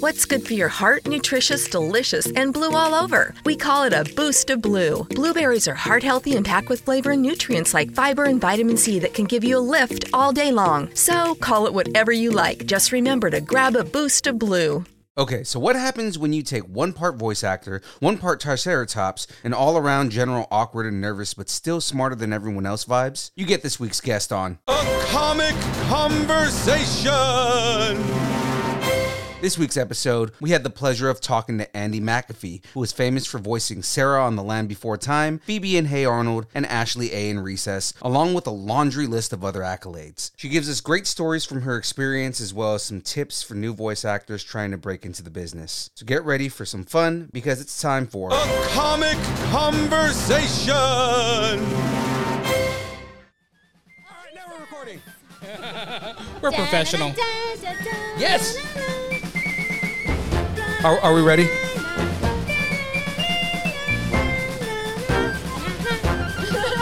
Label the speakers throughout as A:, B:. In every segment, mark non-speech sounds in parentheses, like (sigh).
A: What's good for your heart? Nutritious, delicious, and blue all over. We call it a boost of blue. Blueberries are heart healthy and packed with flavor and nutrients like fiber and vitamin C that can give you a lift all day long. So call it whatever you like. Just remember to grab a boost of blue.
B: Okay, so what happens when you take one part voice actor, one part Triceratops, and all around general awkward and nervous but still smarter than everyone else vibes? You get this week's guest on
C: A Comic Conversation!
B: This week's episode, we had the pleasure of talking to Andy McAfee, who is famous for voicing Sarah on The Land Before Time, Phoebe and Hey Arnold, and Ashley A in Recess, along with a laundry list of other accolades. She gives us great stories from her experience as well as some tips for new voice actors trying to break into the business. So get ready for some fun because it's time for
C: A Comic Conversation!
D: We're professional.
B: Yes. Are, are we ready?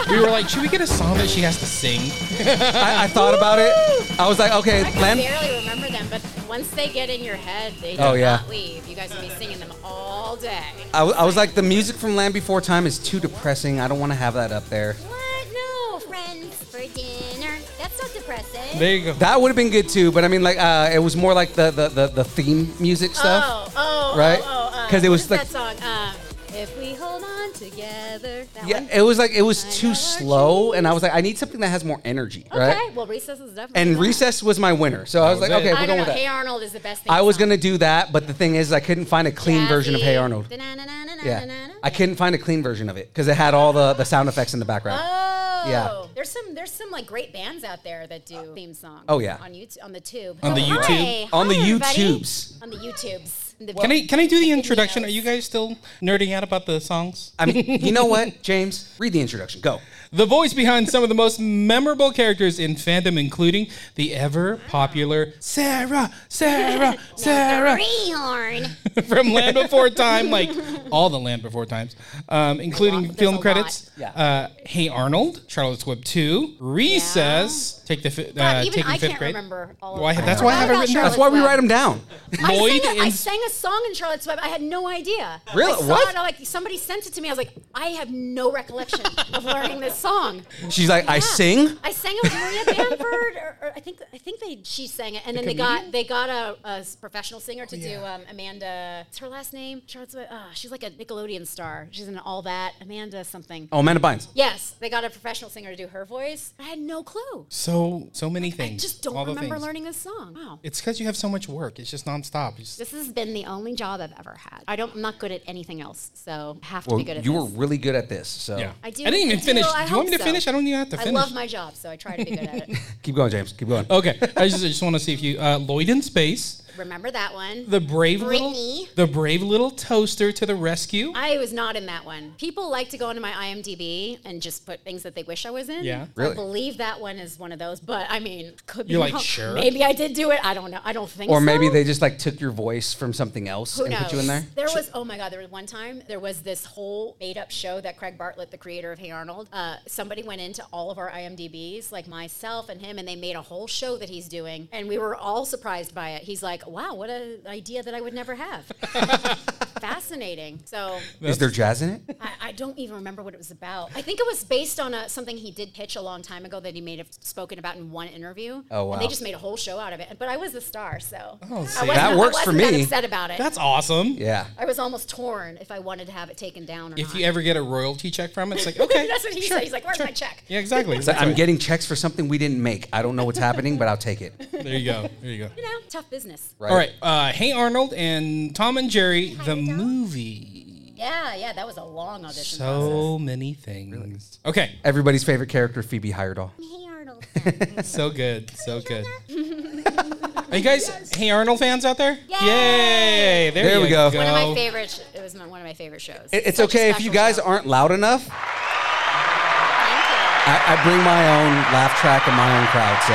D: We were like, should we get a song that she has to sing?
B: I, I thought about it. I was like, okay,
E: I can
B: Land.
E: barely remember them, but once they get in your head, they do
B: Oh, yeah.
E: not leave. You guys will be singing them all day.
B: I, w- I was like, the music from Land Before Time is too depressing. I don't want to have that up there.
F: What? No, friends for dinner. That's not depressing.
D: There you go.
B: That would have been good too, but I mean, like, uh, it was more like the the, the, the theme music stuff.
E: Oh, oh,
B: right?
E: oh, oh, uh,
B: 'Cause it
E: what
B: was
E: is
B: like-
E: that song. Um, if we hold on together. That
B: Yeah,
E: one?
B: it was like it was
E: know
B: too
E: our
B: slow, and I was like, I need something that has more energy,
E: okay.
B: right?
E: Well, recess is definitely.
B: And
E: that.
B: Recess was my winner, so I was
D: was
B: like,
D: it.
B: okay,
E: I
B: we're going
E: don't know.
B: with
E: Hey
B: that.
E: Arnold is the best thing.
B: I was gonna do that, but the thing is, I couldn't find a clean version of Hey Arnold. Yeah, I couldn't find a clean version of it because it had all the the sound effects in the background.
E: Oh.
B: Yeah.
E: There's some there's some like great bands out there that do theme songs.
B: Oh, yeah.
E: On YouTube on the tube.
D: On the
E: Oh,
D: YouTube?
E: hi.
B: On the
E: Hi, everybody.
B: YouTubes.
E: On the YouTubes. The
D: Can I can I do the introduction? Are you guys still nerding out about the songs?
B: I mean, you know what, James? Read the introduction. Go.
D: The voice behind some of the most memorable characters in fandom, including the ever popular Sarah,
E: (laughs)
D: Sarah, Sarah
F: Rehorn.
D: (laughs) from Land Before Time, like all the Land Before Times, um, including
E: There's a
D: film
E: lot.
D: credits. Uh, hey Arnold, Charlotte's Web 2, Recess, Take the fi-
E: God,
D: uh,
E: even
D: Taking
E: I
D: Fifth
E: can't
D: Grade.
E: remember all
D: Why-
E: of them.
D: that's why I have it
E: forgot
D: written down.
E: about
B: That's why we
E: Charlotte's
B: write them down.
E: Web.
D: Lloyd
E: I sang, a, I
D: and-
E: sang a song in Charlotte's Web. I had no idea.
B: Really?
E: I saw
B: What?
E: It, I, like somebody sent it to me. I was like, I have no recollection of learning this song.
B: She's like, I
E: Yeah.
B: sing.
E: I sang it with Maria Bamford, or, or I think I think they she sang it, and then they got they got a, a s- professional singer to do um, Amanda. It's her last name. Charlotte's Web. Uh, she's like a Nickelodeon star. She's in all that. Amanda something.
B: Oh, Amanda Bynes.
E: Yes, they got a professional singer to do her voice. I had no clue.
D: So so many things.
E: Just don't
D: all the
E: remember
D: things.
E: learning this song. Wow.
D: It's because you have so much work. It's just nonstop. It's
E: This has been the only job I've ever had. I don't. I'm not good at anything else, so I have to
B: Well,
E: be good at.
B: you
E: this.
B: were really good at this. So
D: yeah.
E: I do.
D: I didn't even
E: do,
D: finish.
E: I
D: do you want
E: hope
D: me to
E: so.
D: finish? I don't even have to
E: I
D: finish.
E: love my job, so I try to be good
D: (laughs)
E: at it.
B: keep going, James. Keep going.
D: Okay, I just, I just want to see if you uh, Lloyd in space,
E: Remember that one.
D: the brave little,
F: Brittany.
D: the brave little toaster to the rescue.
E: I was not in that one. People like to go into my IMDb and just put things that they wish I was in.
D: Yeah.
E: I
B: Really?
E: believe that one is one of those, but I mean, could be
D: You're like,
E: wrong.
D: sure?
E: Maybe I did do it. I don't know. I don't think
B: Or
E: so.
B: maybe they just like took your voice from something else
E: Who
B: and
E: knows?
B: put you in there.
E: There was oh my god, there was one time there was this whole made up show that Craig Bartlett, the creator of Hey Arnold, uh, somebody went into all of our IMDb's, like myself and him, and they made a whole show that he's doing, and we were all surprised by it. He's like, wow, what an idea that I would never
B: (laughs)
E: have. Fascinating. So
B: Is there jazz in (laughs) it?
E: I, I don't even remember what it was about. I think it was based on a, something he did pitch a long time ago that he may have spoken about in one interview.
B: Oh,
E: And
B: wow.
E: they
B: Oh,
E: just made a whole show out of it. But I was the star, so I
D: see.
E: wasn't,
B: That works
E: I
B: for
E: wasn't that
B: me.
E: upset about it.
D: That's awesome.
B: Yeah.
E: I was almost torn if I wanted to have it taken down or
D: If
E: not.
D: you
E: (laughs)
D: ever get a royalty check from it, it's like okay.
E: That's what he
D: sure,
E: said. He's like, "Where's
D: sure."
E: my check?"
D: Yeah,
E: (laughs)
D: exactly.
B: It's like, I'm getting checks for something we didn't make. I don't know what's happening, but I'll take (laughs) it.
D: there you go. There you go.
E: you know, tough business.
B: Right.
D: All right. Uh, hey Arnold and Tom and Jerry, the movie.
E: Yeah, yeah, that was a long audition.
D: So many things. Okay.
B: Everybody's favorite character, Phoebe Heyerdahl.
E: (laughs)
F: Hey, Arnold.
D: So good. So good. Are you guys Hey Arnold fans out there?
E: Yay!
D: Yay! There,
B: There we
D: you
B: go.
E: One of my favorite. sh- It was my- one of my favorite shows.
B: It- it's
E: Such a
B: okay if you
E: special
B: guys
E: show.
B: aren't loud enough. I, I bring my own laugh track and my own crowd, so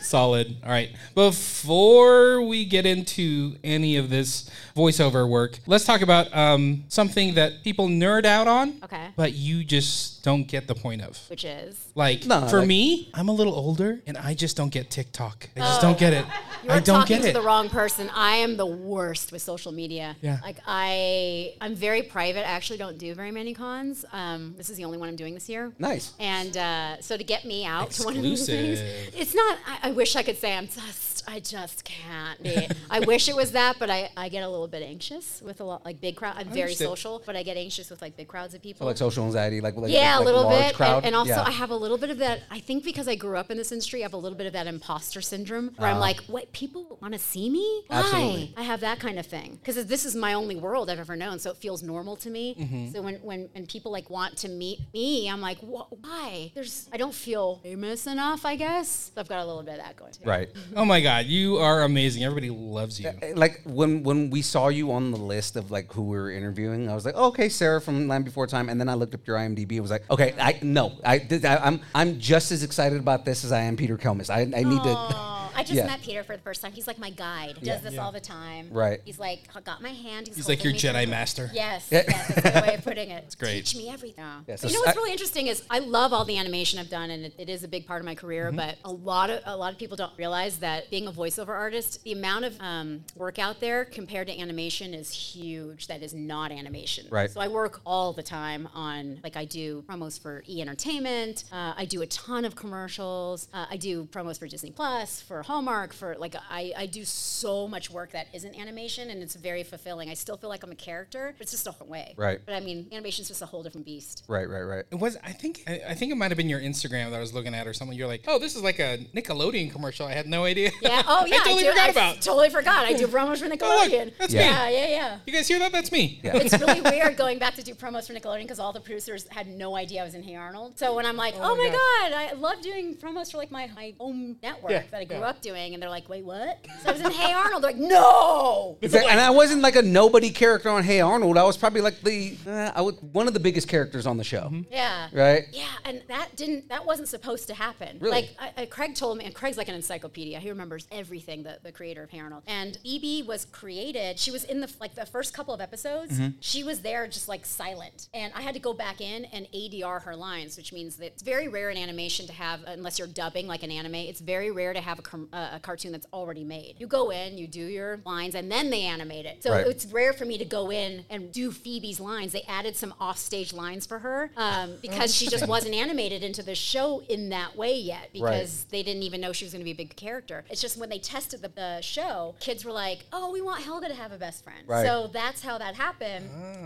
D: Solid. All right. Before we get into any of this voiceover work, let's talk about um, something that people nerd out on.
E: Okay.
D: But you just don't get the point of.
E: Which is
D: Like
E: No,
D: for
E: like-
D: me, I'm a little older and I just don't get TikTok. I just don't get it.
E: You are
D: I don't
E: Oh. talking
D: get
E: to
D: it.
E: the wrong person. I am the worst with social media.
D: Yeah.
E: Like I, I'm very private. I actually don't do very many cons. Um, this is the only one I'm doing this year.
B: (laughs) Nice.
E: And uh, so to get me out to one of these things,
B: Exclusive.
E: it's not. I, I wish I could say I'm just. I just can't be. I wish it was that, but I, I get a little bit anxious with a lot like big crowd. I'm
B: I
E: very
B: understand.
E: social, but I get anxious with like big crowds of
B: So,
E: people
B: like social anxiety, like, like
E: yeah,
B: like
E: a little
B: large
E: bit,
B: crowd.
E: And, and also
B: Yeah.
E: I have a little bit of that. I think because I grew up in this industry, I have a little bit of that imposter syndrome where
B: Ah.
E: I'm like, "What people want to see me? Why?"
B: Absolutely.
E: I have that kind of thing because this is my only world I've ever known, so it feels normal to me.
B: Mm-hmm.
G: Mhm.
E: So when when and people like want to meet me, I'm like, "Wh- "Why?" There's I don't feel famous enough, I guess. So I've got a little bit of that going. Too.
B: Right.
D: Oh my god, you are amazing. Everybody loves you.
B: like when when we saw you on the list of like who we were interviewing, I was like, "Oh, okay, Sarah from Land Before Time, and then I looked up your IMDb and was like, okay, I no, I, did- I I'm I'm just as excited about this as I am Peter Kelmis. I, I need
E: Oh, I
B: to.
E: just met Peter for the first time. He's like my guide. He
B: Yeah.
E: does this
B: Yeah.
E: all the time.
B: Right.
E: He's like h- got my hand. He's,
D: He's like
E: holding
D: your
E: me
D: Jedi
E: through.
D: master.
E: Yes.
D: Yeah.
E: yes that's a good way
D: (laughs)
E: of putting it.
D: It's great.
E: Teach me everything.
D: Yeah, so
E: you know what's
D: I-
E: really interesting is I love all the animation I've done, and it, it is a big part of my career.
D: Mhm.
E: But a lot of a lot of people don't realize that being a voiceover artist, the amount of um, work out there compared to animation is huge. That is not animation.
G: Right.
E: So I work all the time on like I do promos for E Entertainment. Uh, I do a ton of commercials. Uh, I do promos for Disney Plus, for Hallmark, for like I, I do so much work that isn't animation, and it's very fulfilling. I still feel like I'm a character, but it's just a different way.
D: Right.
E: But I mean, animation's just a whole different beast.
B: (laughs) Right, right, right.
D: It was I think I, I think it might have been your Instagram that I was looking at or something. You're like, oh, this is like a Nickelodeon commercial. I had no idea.
E: Yeah. (laughs) Oh yeah.
D: I totally
E: do.
D: forgot
E: I
D: about.
E: Totally forgot. I do promos for Nickelodeon.
D: that's me.
E: yeah, yeah, yeah.
D: (laughs) you guys hear that? That's me.
B: Yeah.
E: (laughs) It's really weird going back to do promos for Nickelodeon because all the producers had no idea I was in Hey Arnold. So when I'm like,
G: Oh
E: oh,
G: my
E: my
G: gosh.
E: god, I love doing promos for like my, my home network
B: Yeah,
E: that I grew
B: yeah.
E: up doing, and they're like, wait, what? So I was in Hey Arnold. They're like, no.
B: It's like- and I wasn't like a nobody character on Hey Arnold. I was probably like the uh, I was one of the biggest characters on the show.
E: Yeah.
B: Right.
E: Yeah, and that didn't that wasn't supposed to happen.
B: Really?
E: Like I, I, Craig told me, and Craig's like an encyclopedia. He remembers everything. The, the creator of Hey Arnold and BB was created. She was in the like the first couple of episodes.
B: Mm-hmm.
G: Mhm.
E: She was there just like silent, and I had to go back in and ADR her lines, which means that it's very rare in animation to have uh, unless you're dubbing like an anime. It's very rare to have a, com- uh, a cartoon that's already made. You go in, you do your lines, and then they animate it. So
G: Right.
E: it's rare for me to go in and do Phoebe's lines. They added some offstage lines for her um, because
G: (laughs)
E: she just
G: Interesting.
E: wasn't animated into the show in that way yet because
G: Right.
E: they didn't even know she was going to be a big character. It's just when they tested the, the show, kids were like, "Oh, we want Helga to have a best friend."
G: Right.
E: So that's how that happened.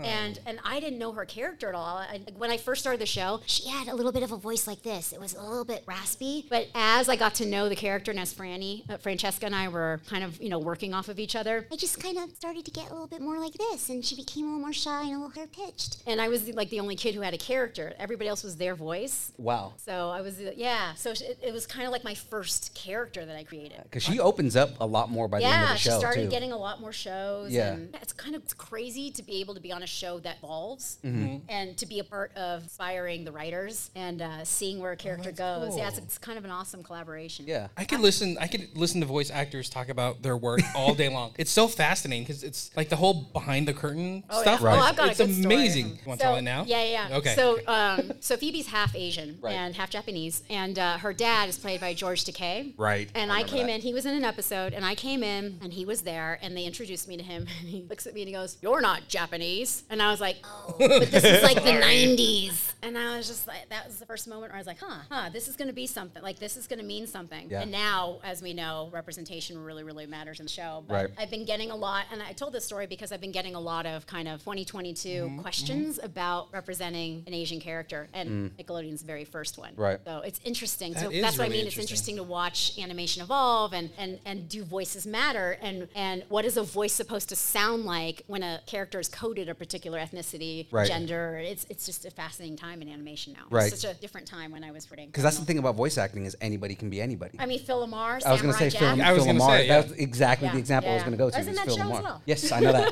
E: And and I didn't know her character at all. I, when I first started the show, she had a little bit of a voice like this. It was a little bit raspy, but as I got to know the character and as Franny, uh, Francesca and I were kind of, you know, working off of each other,
F: I just kind of started to get a little bit more like this, and she became a little more shy and a little higher pitched.
E: and I was like the only kid who had a character. Everybody else was their voice.
B: Wow.
E: So I was, uh, yeah. So it, it was kind of like my first character that I created.
B: Because she opens up a lot more by the end of
E: yeah,
B: the show
E: she started
B: too.
E: getting a lot more shows.
B: Yeah.
E: and it's kind of it's crazy to be able to be on a show that evolves
B: Mhm.
E: and to be a part of inspiring the writers and uh, seeing where a character goes. Yeah, it's,
D: cool.
E: it's kind of an awesome collaboration.
B: Oh, Yeah.
D: I
E: Uh.
D: could listen. I could listen to voice actors talk about their work all day long. It's so fascinating because it's like the whole behind the curtain
E: Oh,
D: stuff.
E: yeah. Oh, I've got
D: it's
E: a good story.
D: amazing. You want to tell
E: So-
D: it now?
E: Yeah, yeah. yeah.
D: Okay.
E: So, um, so Phoebe's half Asian
D: Right.
E: and half Japanese, and uh, her dad is played by George Takei.
D: Right.
E: And
D: I
E: I,
D: remember
E: came
D: that.
E: in. He was in an episode, and I came in, and he was there, and they introduced me to him. (laughs) And he looks at me and he goes, "You're not Japanese," and I was like,
D: (laughs)
E: "Oh, but this is like the
G: Sorry.
E: '90s." And I was just like, that was the first moment where I was like, "Huh, huh, this is going to be something. Like, this is going to mean something."
G: Yeah.
E: And now, as we know, representation really, really matters in the show. But
G: Right.
E: I've been getting a lot, and I told this story because I've been getting a lot of kind of 2022
B: Mm-hmm,
G: Mhm,
E: questions about representing an Asian character,
B: Mm.
E: and Nickelodeon's very first one.
G: Right.
E: So it's interesting.
G: That
E: so
G: is
E: that's what I
G: really
E: mean. It's
G: interesting.
E: interesting to watch animation evolve, and and and do voices matter, and and what is a voice supposed to sound like when a character is coded a particular ethnicity,
B: Right.
E: gender? It's it's just a fascinating time in animation now.
B: Right.
E: It's such a different time when I was reading.
B: Because that's the thing about voice acting is anybody can be anybody.
E: I mean, Phil Lamar, Fillmore,
B: I was going to
E: Samurai
B: say Phil,
E: Jack.
D: I was
B: Phil
D: gonna
B: Lamar.
D: say,
B: That's
D: yeah.
B: exactly
E: Yeah,
B: the example I was
E: yeah.
B: going to go to.
E: I was in
B: was
E: that
B: Phil
E: show as
B: Lamar.
E: well.
B: Yes, I know
E: (laughs)
B: that.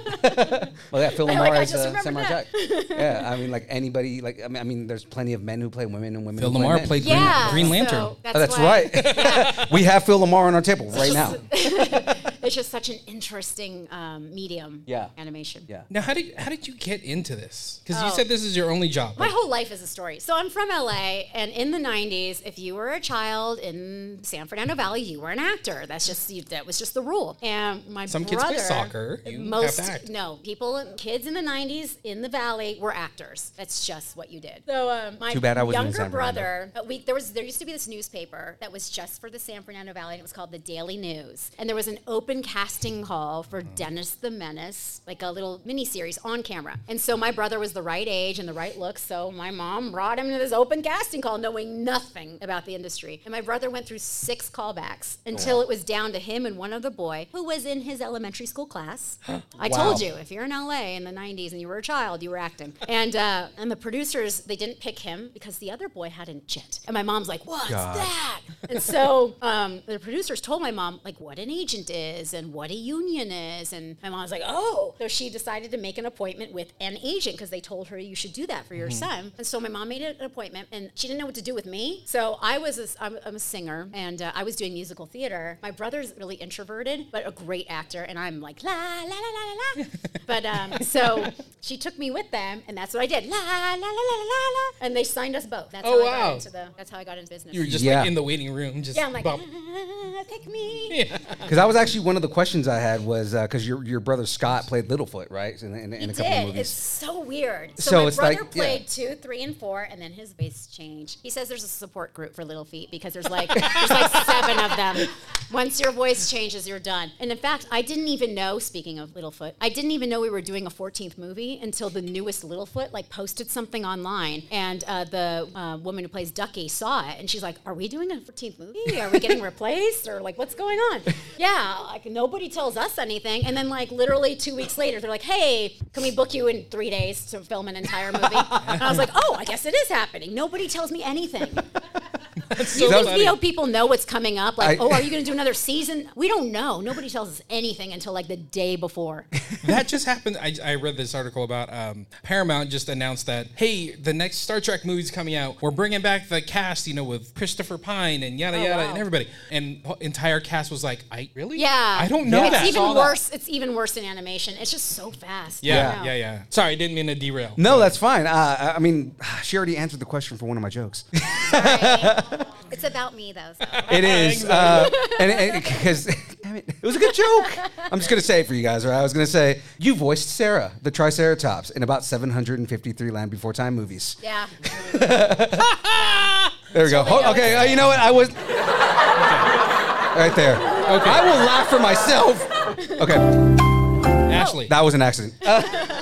B: well, yeah, Phil
E: I
B: Lamar is
E: just
B: uh,
E: remembered
B: Samurai Jack.
E: that. (laughs)
B: yeah, I mean, like anybody, like I mean, I mean, there's plenty of men who play women and women.
D: Phil
B: who play
D: Lamar
B: men.
D: played
E: Yeah,
D: Green, Green Lantern.
E: so that's,
B: Oh, that's
E: why-
B: right. (laughs) we have Phil Lamar on our table right now.
E: (laughs) It's just such an interesting um, medium.
B: Yeah.
E: animation.
B: (laughs) Yeah.
D: Now, how did how did you get into this? Because you
E: Oh.
D: said this is your only job.
E: My
D: Like,
E: whole life is a story. So I'm from LA, and in the '90s, if you were a child in San Fernando Valley, you were an actor. That's just you, that was just the rule. And my
D: Some kids
E: brother,
D: play soccer. You have to
E: most
D: act.
E: no people, kids in the '90s in the Valley were actors. That's just what you did. So um, my
B: Too bad I wasn't in
E: younger
B: San Fernando.
E: brother, uh, we there was there used to be this newspaper that was just for the San Fernando Valley, and it was called the Daily News. And there was an open casting call for
B: Mm.
E: Dennis the Menace, like a little mini series on camera. And so my brother was the right age and the right look, so my mom brought him to this open casting call, knowing nothing about the industry. And my brother went through six callbacks
B: Oh.
E: until it was down to him and one other boy who was in his elementary school class. I told you, if you're in LA in the 90s and you were a child, you were acting. And uh, and the producers, they didn't pick him because the other boy had an agent. And my mom's like, what's that? And so um, the producers told my mom, like, what an agent is and what a union is. And my mom's like, oh. So she decided to make an appointment with an agent because they told her you should do that for your
D: Mm-hmm.
E: son. And so my mom made an appointment and she didn't know what to do with me. So I was, a, I'm, I'm a singer and uh, I was doing musical theater. My brother's really introverted, but a great actor. And I'm like, la, la, la, la,
D: (laughs)
E: la, la. but um, so she took me with them and that's what I did. La, la, la, la, la, la. And they signed us both. That's
D: Oh,
E: how I
D: wow.
E: got into the, that's how I got into business.
D: you were just
B: Yeah.
D: like in the waiting room, just
E: yeah, I'm like,
D: bump.
E: (laughs) "Ah, pick me.
B: Because that was actually one of the questions I had was because your your brother Scott played Littlefoot, right? In, in, in a
E: He
B: couple of
E: did.
B: movies.
E: It's so weird. So,
B: So
E: my
B: it's
E: brother
B: like- yeah.
E: played two, three, and four, and then his bass changed. He says there's a support group for little feet because there's like there's like seven of them. Once your voice changes, you're done. And in fact, I didn't even know. Speaking of Littlefoot, I didn't even know we were doing a 14th movie until the newest Littlefoot like posted something online, and uh, the uh, woman who plays Ducky saw it, and she's like, "Are we doing a 14th movie? Are
D: (laughs)
E: we getting replaced? Or like, what's going on?" Yeah, like nobody tells us anything, and then like literally two weeks later, they're like, "Hey, can we book you in three days to film an entire movie?" and I was like, "Oh, I guess it is happening. Nobody tells me
D: (laughs)
E: anything."
D: So
E: These
D: funny.
E: VO people know what's coming up. Like,
B: I-
E: oh, are you going to do another season? We don't know. Nobody tells us anything until like the
D: (laughs)
E: day before.
D: that just happened. I, I read this article about um, Paramount just announced that hey, the next Star Trek movie's coming out. We're bringing back the cast, you know, with Christopher Pine and
E: Oh,
D: yada yada and everybody. And the entire cast was like, I really,
E: Yeah,
D: I don't know
E: It's
D: that.
E: even worse. It's even worse in animation. It's just so fast. I
D: Yeah,
E: don't
D: yeah,
E: know.
D: yeah. Sorry, I didn't mean to derail.
B: no, that's fine. Uh, I- I mean, (sighs) she already answered the question for one of my jokes.
E: It's about me though. So.
B: It is, uh, and because (laughs) damn it, it was a good joke. I'm just gonna say it for you guys. Right, I was gonna say you voiced Sarah, the Triceratops, in about 753 Land Before Time movies.
E: yeah.
B: There we go. Ho- okay, uh, you know what? I (laughs) was right there. Okay, I will laugh for myself. Okay,
D: Ashley,
B: that was an accident. (laughs)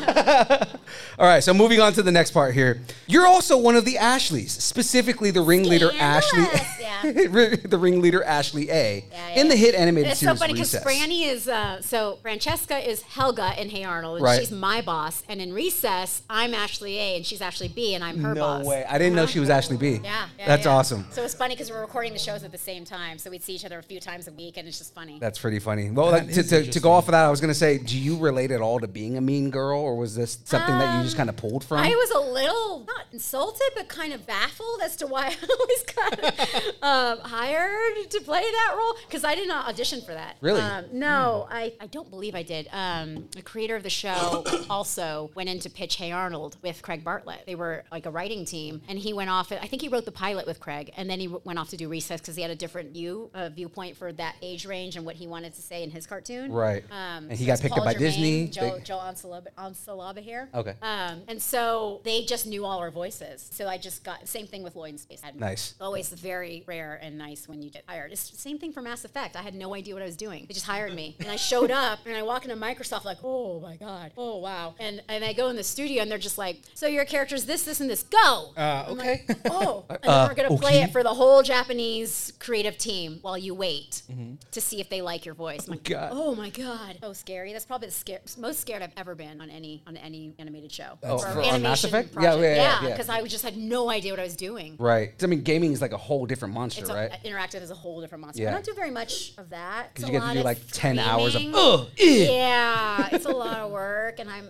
B: Uh, all right, so moving on to the next part here. You're also one of the Ashleys, specifically the ringleader Ashley. (laughs)
E: Scandalous, yeah.
B: the ringleader Ashley A.
E: Yeah, yeah.
B: In the hit animated
E: And it's so
B: series
E: funny because
B: Recess.
E: Franny is uh, so Francesca is Helga in Hey Arnold, and
B: Right.
E: she's my boss. And in Recess, I'm Ashley A, and she's Ashley B, and I'm her
B: no
E: boss.
B: way. I didn't know she was Ashley B.
E: Yeah, yeah,
B: That's
E: yeah.
B: awesome.
E: So it's funny because we're recording the shows at the same time, so we'd see each other a few times a week, and it's just funny.
B: That's pretty funny. Well, like, to, to, to go off of that, I was going to say, do you relate at all to being a mean girl, or was this something that you just kind of pulled from?
E: Um, I was a little not insulted, but kind of baffled as to why I (laughs) was kind of um, hired to play that role because I did not audition for that.
B: Really?
E: Um, no, I, I don't believe I did. Um, the creator of the show (coughs) also went in to pitch Hey Arnold with Craig Bartlett. They were like a writing team, and he went off. I think he wrote the pilot with Craig, and then he w- went off to do Recess because he had a different view uh, viewpoint for that age range and what he wanted to say in his cartoon.
B: Right.
E: Um,
B: And he
E: so
B: got
E: it's
B: picked up
E: Paul
B: by
E: Germain,
B: Disney.
E: Joe,
B: They-
E: Joe Ansalab- Ansalaba here.
B: Okay.
E: Um, and so they just knew all our voices. So I just got same thing with Lloyd and Space. Admiral.
B: Nice.
E: Always very rare and nice when you get hired. It's the same thing for Mass Effect. I had no idea what I was doing. They just hired me, and I showed up, and I walk into Microsoft like, oh my god, oh wow, and and I go in the studio, and they're just like, so your character's this, this, and this. Go.
D: uh, okay.
E: Oh, and then we're gonna play it for the whole Japanese creative team while you wait to see if they like your voice. I'm like,
B: God.
E: oh my god, so scary. That's probably the scar- most scared I've ever been on any on any animated show
B: Oh, for- on Mass
E: animation
B: Effect? Yeah,
E: project.
B: yeah, yeah, yeah.
E: because I just had no idea what I was doing.
B: right. I mean, gaming is like a whole different monster,
E: it's
B: right?
E: A, interactive is a whole different monster.
B: Yeah.
E: I don't do very much of that. It's
B: 'Cause
E: a
B: you get to
E: lot
B: do
E: of
B: like 10 hours of,
E: screaming.
B: (gasps) "Ugh, eh."
E: yeah, it's a lot of work, and I'm.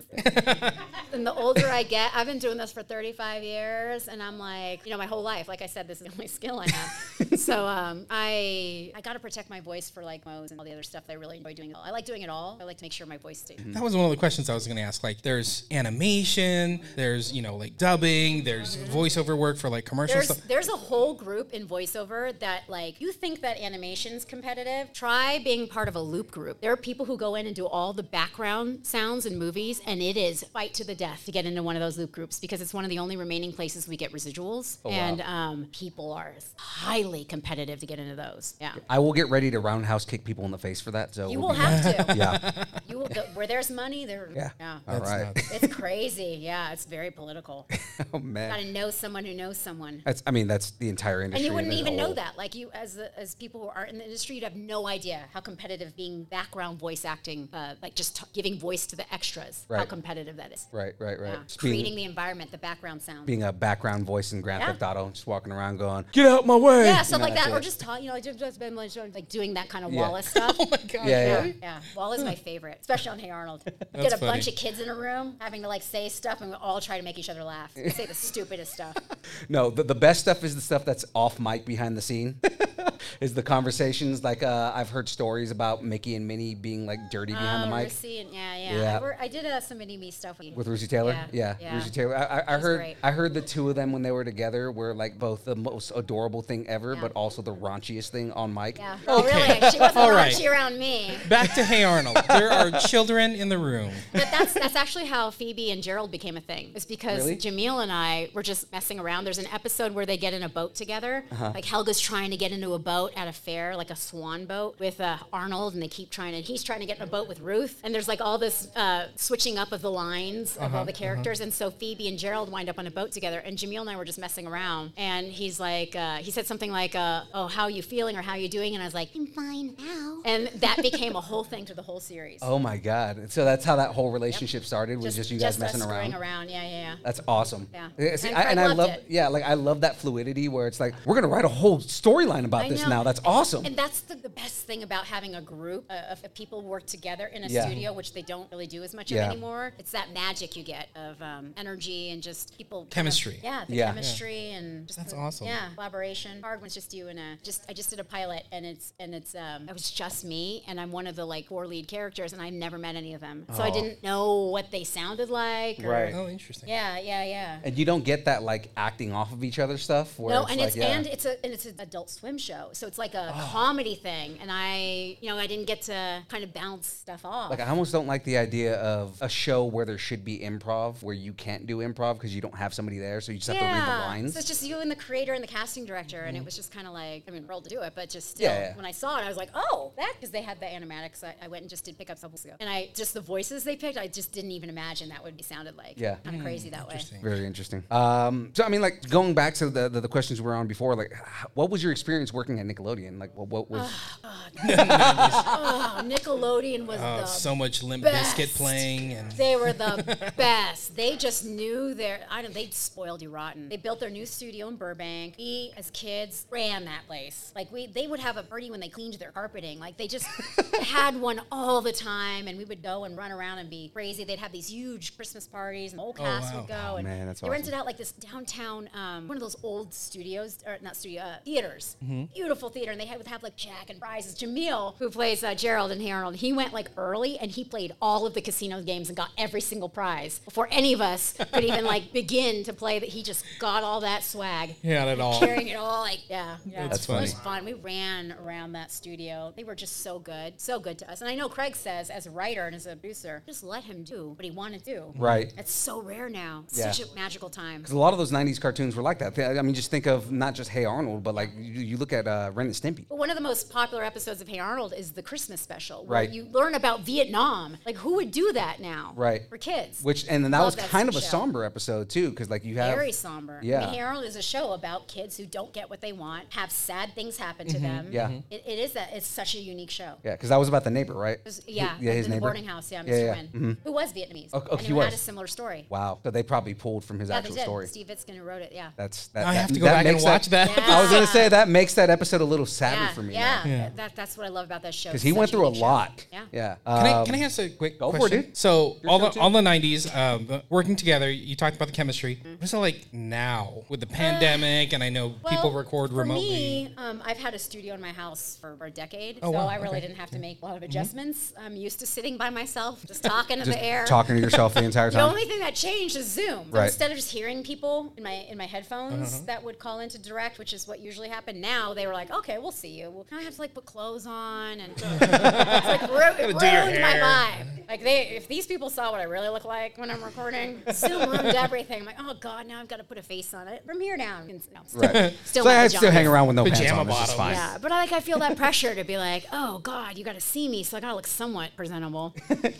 E: and the older I get, I've been doing this for 35 years, and I'm like, you know, my whole life. Like I said, this is the only skill I have. so um, I I got to protect my voice for like modes and all the other stuff that I really enjoy doing. I like doing it all. I like to make sure my voice stays.
D: That was one of the questions I was going to ask. Like, there's animation, there's you know like dubbing, there's voiceover work for like commercial
E: There's
D: stuff.
E: (laughs) there's a whole group in voiceover that like you think that animation's competitive. Try being part of a loop group. There are people who go in and do all the background sounds in movies, and it is fight to the death to get into one of those loop groups because it's one of the only remaining places we get residuals,
B: Oh, wow.
E: and um, people are highly competitive to get into those. Yeah.
B: I will get ready to roundhouse kick people in the face for that. So
E: You
B: we'll
E: will
B: be-
E: have to.
B: (laughs) Yeah.
E: You will, the, where there's money, there.
B: Yeah.
E: yeah.
B: All right.
E: It's crazy. Yeah, it's very political.
B: (laughs) oh man.
E: Got to know someone who knows someone.
B: That's. I mean, that's the entire industry.
E: and you wouldn't
B: as a
E: even know
B: whole.
E: that like you as the, as people who aren't in the industry you'd have no idea how competitive being background voice acting uh, like just t- giving voice to the extras how
B: Right.
E: competitive that is
B: Right, right, right.
E: Yeah.
B: Just being-
E: creating the environment the background sound
B: Being a background voice in Grand
E: Yeah.
B: Theft Auto, just walking around going, "Get out my way!"
E: yeah
B: You
E: stuff
B: know,
E: like
B: that's
E: that or
B: it.
E: just talk, you know like, just- just been like sort of, like, doing that kind of
B: Yeah.
E: wallace stuff (laughs) oh my
B: Yeah, yeah, yeah.
E: yeah wallace is my favorite especially on hey arnold You
B: (laughs) That's
E: get a bunch
B: funny.
E: of kids in a room having to like say stuff and we all try to make each
B: (laughs)
E: other laugh say the stupidest stuff
B: No, the, the best stuff is the stuff that's off mic behind the
E: (laughs)
B: scene. is the conversations like uh, I've heard stories about Mickey and Minnie being like dirty behind the
E: Oh,
B: mic
E: Rissy and- yeah yeah,
B: Yeah.
E: I, wor- I did uh, some mini me stuff
B: with Rusey Taylor. Yeah, Rusey Taylor. I, I, I
E: She's
B: heard
E: great.
B: I heard the two of them when they were together were like both the most adorable thing ever, but also the raunchiest thing on mic.
E: Yeah. Oh, really? She wasn't
D: All right.
E: raunchy around me.
D: Back to Hey
E: (laughs)
D: Arnold. There are children in the room.
E: But that's that's actually how Phoebe and Gerald became a thing. It's because
D: Really?
E: Jamil and I were just messing around. There's an episode where they get in a boat together.
G: Uh-huh.
E: Like Helga's trying to get into a boat at a fair, like a swan boat with uh, Arnold, and they keep trying to. He's trying to get in a boat with Ruth, and there's like all this uh, switching up of the lines of
G: Uh-huh,
E: all the
G: uh-huh.
E: characters. And so Phoebe and Gerald wind up on a boat together, and Jamil and I were just messing around. And he's like, uh, he said something like, uh, "Oh, how are you feeling?" or "How are you doing?" And I was like, "I'm fine now." And that became a whole thing to the whole series.
B: Oh my god! And So that's how that whole relationship started was just, you guys messing
E: us
B: around.
E: screwing around. Yeah, yeah, yeah.
B: That's awesome.
E: Yeah.
B: see,
E: And
B: I,
E: Fred
B: and I
E: loved
B: love
E: it.
B: yeah, like I love that fluidity where it's like we're gonna write a whole storyline about
E: I
B: this
E: know.
B: now. That's awesome.
E: And that's the, the best thing about having a group uh, of of people work together in a
B: Yeah.
E: studio, which they don't really do as much
B: Yeah.
E: of anymore. It's that magic you get of um, energy and just people kind of-
D: Chemistry.
E: yeah, the
D: Yeah.
E: chemistry and just
D: That's
E: the-
D: awesome.
E: Yeah, collaboration. Hard one's just you and a just. I just did a pilot and it's and it's um, it was just me and I'm one of the like four lead characters and I've never met any of them, so I
B: Oh.
E: didn't know what they sounded like. or-
B: Right. Oh, interesting.
E: Yeah, yeah, yeah.
B: And you don't get that like acting off of each other stuff. Where
E: no,
B: it's
E: and
B: like,
E: it's
B: yeah. Oh.
E: and it's a and it's an adult swim show, so it's like a comedy thing. And I, you know, I didn't get to kind of bounce stuff off.
B: like I almost don't like the idea of a show where there should be improv where you can't do improv because you don't have somebody there, so you just have to read the lines. Mm-hmm.
E: So it's just you and the creator and the casting director, and it was just kind of like I mean, rolled to do it, but just still,
B: Yeah, yeah.
E: when I saw it, I was like, oh, that because they had the animatics. I, I went and just did pickups a couple ago, and I just the voices they picked, I just didn't even imagine that would be sounded like.
B: Yeah.
E: kind of crazy that way.
B: Very interesting. Um, so I mean, like going back to the, the, the questions we were on before, like, h- what was your experience working at Nickelodeon? Like, what, what was?
E: oh, Nickelodeon was
D: Uh,
E: the
D: so much Limp
E: best.
D: Biscuit playing and
E: They
B: (laughs)
E: were the best. They just knew their. I don't. They spoiled you rotten. They built their new studio in Burbank. We as kids ran that place. Like we, they would have a party when they cleaned their carpeting. Like they just
B: (laughs)
E: had one all the time, and we would go and run around and be crazy. They'd have these huge Christmas parties, and the whole
B: Oh,
E: cast
B: wow.
E: would go.
B: Oh,
E: and
B: man, that's
E: they
B: awesome.
E: rented out like this downtown, um, one of those old studios, or not studio uh, theaters.
G: Mhm.
E: Beautiful theater, and they had, would have like Jack and Bryce's Jamil, who plays uh, Gerald and Harold. He went like early, and he played all of the casino games and got every single prize before any of us could even like begin to play. That he just got all that swag.
D: he had it all.
E: Carrying it all, like yeah, yeah,
D: That's
E: It was
D: funny.
E: fun. We ran around that studio. They were just so good, so good to us. And I know Craig says, as a writer and as a producer, just let him do what he wanted to do.
B: Right.
E: That's so rare now.
B: Yeah.
E: Such a magical time.
B: Because a lot of those '90s cartoons were like that. Th- I mean, just think of not just Hey Arnold, but like you, you look at uh, uh, Ren and Stimpy.
E: But one of the most popular episodes of Hey Arnold is the Christmas special, where
B: Right.
E: you learn about Vietnam. Like, who would do that now?
B: Right.
E: For kids.
B: Which and then that
E: Love
B: was
E: that
B: kind of a
E: show.
B: somber episode too, because like you have
E: Very somber.
B: Yeah.
E: I mean, Hey Arnold is a show about kids who don't get what they want, have sad things happen to
B: Mhm,
E: them.
B: yeah. Mhm.
E: It, it is that. It's such a unique show.
B: Yeah, because that was about the neighbor, right?
E: It was- yeah,
B: yeah, his
E: in
B: neighbor.
E: the boarding house. Yeah, Mr. Nguyen,
B: mhm.
E: who was Vietnamese
B: Okay,
E: and
B: he
E: who
B: was.
E: had a similar story.
B: Wow, so they probably pulled from his
E: yeah,
B: actual
E: they did.
B: story.
E: Steve Itzkin who wrote it. Yeah.
B: That's that.
D: Now I
B: that-
D: have to go
B: that
D: back and
B: makes
D: watch that.
B: I was gonna
E: Yeah.
B: say that makes that episode a little sadder
E: yeah,
B: for me.
E: Yeah,
D: Yeah.
E: That, that's what I love about that show.
B: because he went
E: Such a
B: through a
E: unique show.
B: lot.
E: Yeah.
B: yeah.
D: Can I,
B: Um,
D: can I ask a quick
B: go for it,
D: question?
B: dude.
D: So
B: Your
D: all
B: show,
D: the
B: too.
D: all the '90s, um, working together. You talked about the chemistry.
E: Mm-hmm.
D: What's it like now with the pandemic? And I know people
E: Uh, Well,
D: record
E: for
D: remotely.
E: me, um, I've had a studio in my house for a decade,
D: Oh,
E: so
D: wow,
E: I really
D: okay.
E: didn't have to make a lot of
D: Mhm.
E: adjustments. I'm used to sitting by myself, just talking in
B: Just
E: the air,
B: talking to yourself the entire
E: (laughs) The
B: time?
E: only thing that changed is Zoom. So
B: Right.
E: instead of just hearing people in my in my headphones
B: Uh-huh.
E: that would call into direct, which is what usually happened. Now they were like, "Okay, we'll see you." Well, now I have to like put clothes
D: (laughs)
E: on and (laughs) it's like ru-
D: Gotta
E: it
D: do your
E: ruined my
D: hair.
E: vibe. Like they, if these people saw what I really look like when I'm recording, Zoom
D: (laughs)
E: ruined everything. I'm like, oh god, now I've got to put a face on it from here down. And, no, still,
B: Right.
E: (laughs) still
B: so
E: my
B: I had to (laughs) still
E: pajamas.
B: hang around with no
D: Pajama
B: pants on. This is
D: bottoms.
B: fine.
E: Yeah, Uh, but I, like I feel that pressure to be like, oh God, you got to see me, so I got to look somewhat
B: (laughs)
E: presentable.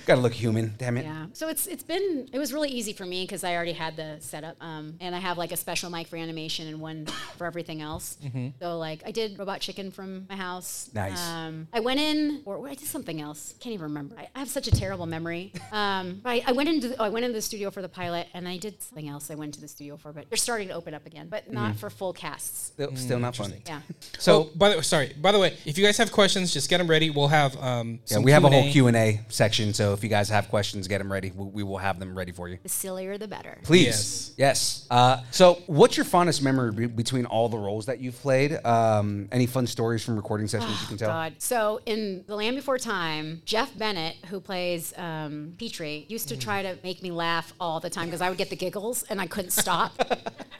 B: Gotta look human. Damn it.
E: yeah. So it's it's been it was really easy for me because I already had the setup, um, and I have like a special mic for animation and one for everything else.
B: Mhm.
E: So like I did Robot Chicken from my house.
B: Nice.
E: Um, I went in, or what- I did something else. Can't even remember. I, I have such a terrible memory. Um, but I, I went into the, oh, I went into the studio for the pilot, and I did something else. I went to the studio for, but they're starting to open up again, but not
B: Mhm.
E: for full casts.
B: Still,
D: Mm,
B: still not funny.
E: Yeah.
D: So,
B: Oh.
D: by the sorry, by the way, if you guys have questions, just get them ready. We'll have um.
B: Yeah,
D: some
B: we have a whole Q and A section, so if you guys have questions, get them ready. We, we will have them ready for you.
E: The sillier, the better.
B: Please, yes. Uh, so, what's your fondest memory be- between all the roles that you've played? Um, any fun stories from recording sessions you can tell?
E: Oh, God. So in The Land Before Time, Jeff Bennett, who plays um, Petrie, used to
B: Mm.
E: try to make me laugh all the time because I would get the giggles and I couldn't
B: (laughs)
E: stop.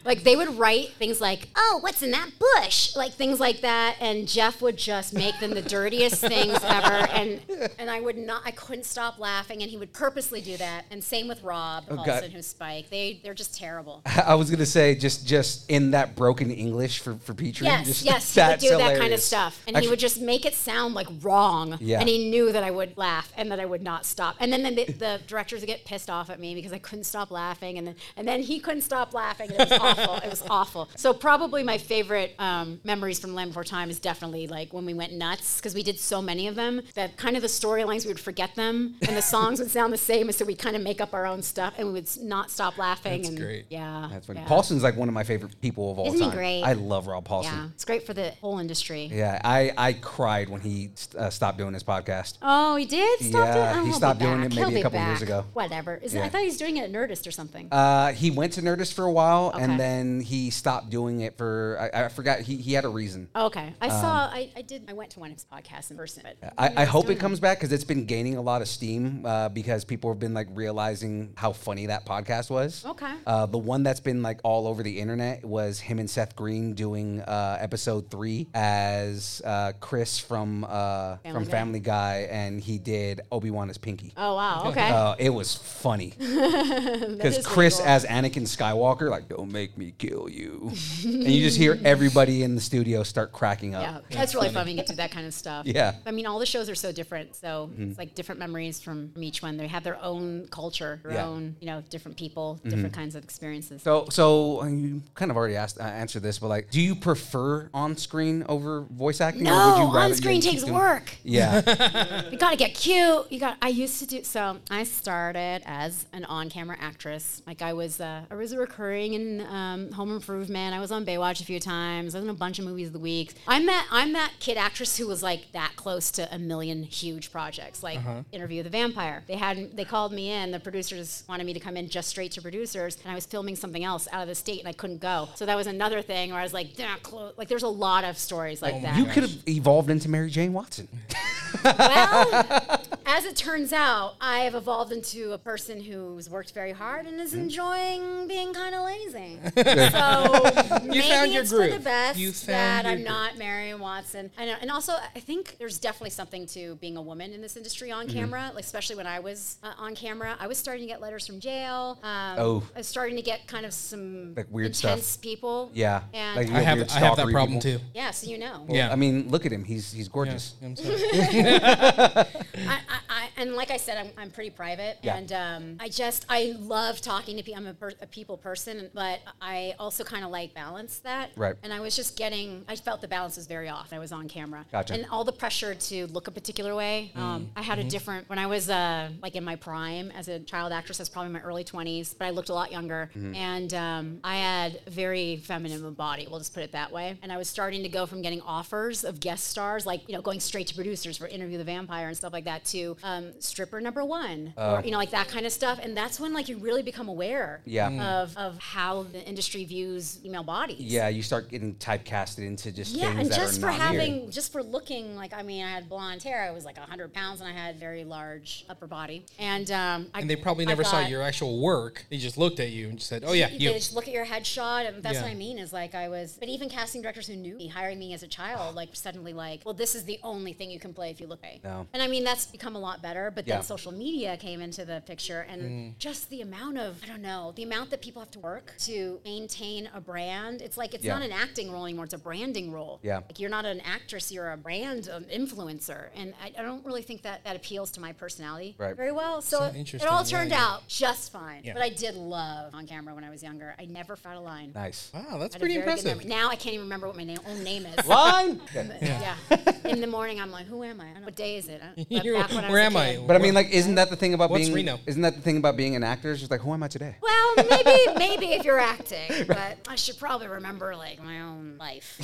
E: like they would write things like, "Oh, what's in that bush?" like things like that, and Jeff would just make them the dirtiest things ever, and and I would not, I couldn't stop laughing, and he would purposely do that. And same with Rob
B: Oh, God.
E: Paulson, who's Spike. They they're just terrible.
B: I was gonna say just just in that broken English for for Petrie.
E: Yes,
B: just, (laughs)
E: yes, he would
B: that's
E: do that kind of
B: hilarious.
E: stuff, and
B: Actu-
E: he would just make it sound like wrong.
B: Yeah.
E: And he knew that I would laugh and that I would not stop. And then, then the, the (laughs) directors would get pissed off at me because I couldn't stop laughing, and then and then he couldn't stop laughing. And it was awful. It was awful. So probably my favorite um, memories from Land Before Time is definitely like when we went nuts because we did so many of them that kind of the storylines we would forget them, and the songs would sound the same, and so we kind of make up our own stuff, and we would s- not stop laughing.
B: That's
E: and
B: great.
E: Yeah,
B: That's funny.
E: yeah.
B: Paulson's like one of my favorite people of all
E: Isn't he
B: time.
E: great?
B: I love Rob Paulson.
E: Yeah, it's great for the whole industry.
B: Yeah, I, I cried when he uh, stopped doing his podcast.
E: Oh, he did stop doing.
B: Yeah,
E: Oh,
B: he
E: he'll be
B: stopped doing it
E: back.
B: maybe
E: He'll
B: a
E: be
B: couple years
E: back.
B: ago.
E: Whatever. Is it,
B: Yeah.
E: I thought he was doing it at Nerdist or something.
B: Uh, he went to Nerdist for a while,
E: Okay.
B: and then he stopped doing it for I, I forgot. He, he had a reason.
E: Oh, okay, I
B: Um,
E: saw. I, I did. I went to one of his podcasts in person. But
B: I, I hope it
E: doing
B: comes back because it's been gaining a lot of steam uh, because people have been like realizing how funny that podcast was.
E: Okay.
B: Uh, the one that's been like all over the internet was him and Seth Green doing uh, episode three as uh, Chris from uh,
E: Family
B: from
E: Guy.
B: Family Guy, and he did Obi Wan as Pinky. (laughs)
E: Oh wow. Okay.
B: Uh, it was funny
E: (laughs) That
B: because
E: is
B: Chris
E: pretty
B: as Anakin Skywalker, like, don't make me kill you, and you just hear everybody in the studio start cracking
E: cool.
B: up.
E: Yeah, that's
B: (laughs)
E: really fun when you get to do that kind of stuff.
B: Yeah.
E: I mean, all the shows are so different, so
B: Mhm.
E: it's like different memories from, from each one. They have their own culture, their
B: Yeah.
E: own, you know, different people,
B: Mhm.
E: different kinds of experiences.
B: So, so uh, you kind of already asked, uh, answered this, but like, do you prefer on screen over voice acting?
E: No,
B: rather
E: on-screen
B: than keep
E: takes work.
D: (laughs)
B: Yeah,
E: you gotta get cute. You got. I used to do so. I started as an on-camera actress. Like I was, uh, I was recurring in um, Home Improvement. I was on Baywatch a few times. I was in a bunch of movies of the week. I'm that. I'm that kid actress who was like that close to a million huge projects, like
G: Uh-huh.
E: Interview with the Vampire. They had. They called me in. The producers wanted me to come in just straight to producers, and I was filming something else out of the state, and I couldn't go. So that was another thing where I was like, that close. Like there's a lot of stories like that.
B: you could have evolved into Mary Jane Watson.
D: (laughs)
E: As it turns out, I have evolved into a person who's worked very hard and
D: Mm-hmm.
E: is enjoying being kind of
D: (laughs)
E: lazy. So
D: You
E: maybe
D: found your
E: it's for
D: groove.
E: the best
D: You found
E: that
D: your
E: I'm
D: groove.
E: not Marion Watson. I know, and also I think there's definitely something to being a woman in this industry on
D: Mhm.
E: camera, like especially when I was uh, on camera. I was starting to get letters from jail. Um,
B: Oh.
E: I was starting to get kind of some
B: Like weird stuff.
E: intense people.
B: Yeah.
E: and
B: Like
D: I have-
B: weird
D: I have that
B: stalkery
D: problem
B: people.
D: too.
E: Yeah, so you know.
B: Well,
D: (laughs) Yeah.
B: I mean, look at him. He's he's gorgeous.
D: Yeah, I'm
E: I, I, I, and like I said, I'm, I'm pretty private,
B: Yeah.
E: and um, I just I love talking to people. I'm a, per- a people person, but I also kind of like balance that.
B: Right.
E: And I was just getting, I felt the balance was very off. I was on camera,
B: Gotcha.
E: and all the pressure to look a particular way. Um,
B: Mm.
E: I had
B: Mhm.
E: a different when I was uh, like in my prime as a child actress. I was probably in my early 20s, but I looked a lot younger,
B: Mm-hmm.
H: Mhm.
E: and um, I had a very feminine of a body. We'll just put it that way. And I was starting to go from getting offers of guest stars, like you know, going straight to producers for Interview the Vampire and stuff like that, to um, stripper number one,
B: Oh.
E: or you know, like that kind of stuff. And that's when like you really become aware,
B: Yeah. Mm.
E: of of how the industry views female bodies.
B: Yeah, you start getting typecasted into just
E: Yeah,
B: things
E: and
B: that
E: just
B: are
E: for
B: not
E: having,
B: here.
E: just for looking like I mean, I had blonde hair. I was like 100 pounds, and I had very large upper body. And um, I,
D: and they probably
E: (laughs) I
D: never saw
E: got-
D: your actual work. They just looked at you and just said, "Oh
E: (laughs)
D: yeah, you."
E: They just look at your headshot, and that's
D: Yeah.
E: what I mean. Is like I was, but even casting directors who knew me, hiring me as a child, like suddenly like, well, this is the only thing you can play if you look gay.
B: No.
E: And I mean, that's become a lot better. But then
B: Yeah.
E: social media came into the picture, and
B: Mm.
E: just the amount of I don't know, the amount that people have to work to maintain a brand. It's like it's
B: Yeah.
E: not an acting role anymore; it's a branding role.
B: Yeah.
E: Like you're not an actress, you're a brand um, influencer, and I, I don't really think that that appeals to my personality
B: Right.
E: very well. So,
B: So
E: it, it
B: interesting,
E: all
B: yeah,
E: turned
B: yeah.
E: out just fine.
B: Yeah.
E: But I did love on camera when I was younger. I never fought a line.
B: Nice.
D: Wow, Ah, that's
E: I had a
D: pretty
E: very good
D: impressive.
E: memory. Now I can't even remember what my name, own name is.
B: Line?
E: yeah.
D: (laughs)
E: In the morning, I'm like, who am I? I don't know. What day is it? I don't- but back when
D: Where
E: was
D: am
E: a
D: I?
E: kid.
B: But I mean, like, isn't that the thing about
D: What's
B: being?
D: Reno?
B: Isn't that the thing about being an actor? It's just like, who am I today?
E: Well, maybe maybe if
B: (laughs)
E: you're acting, but I should probably remember like my own life.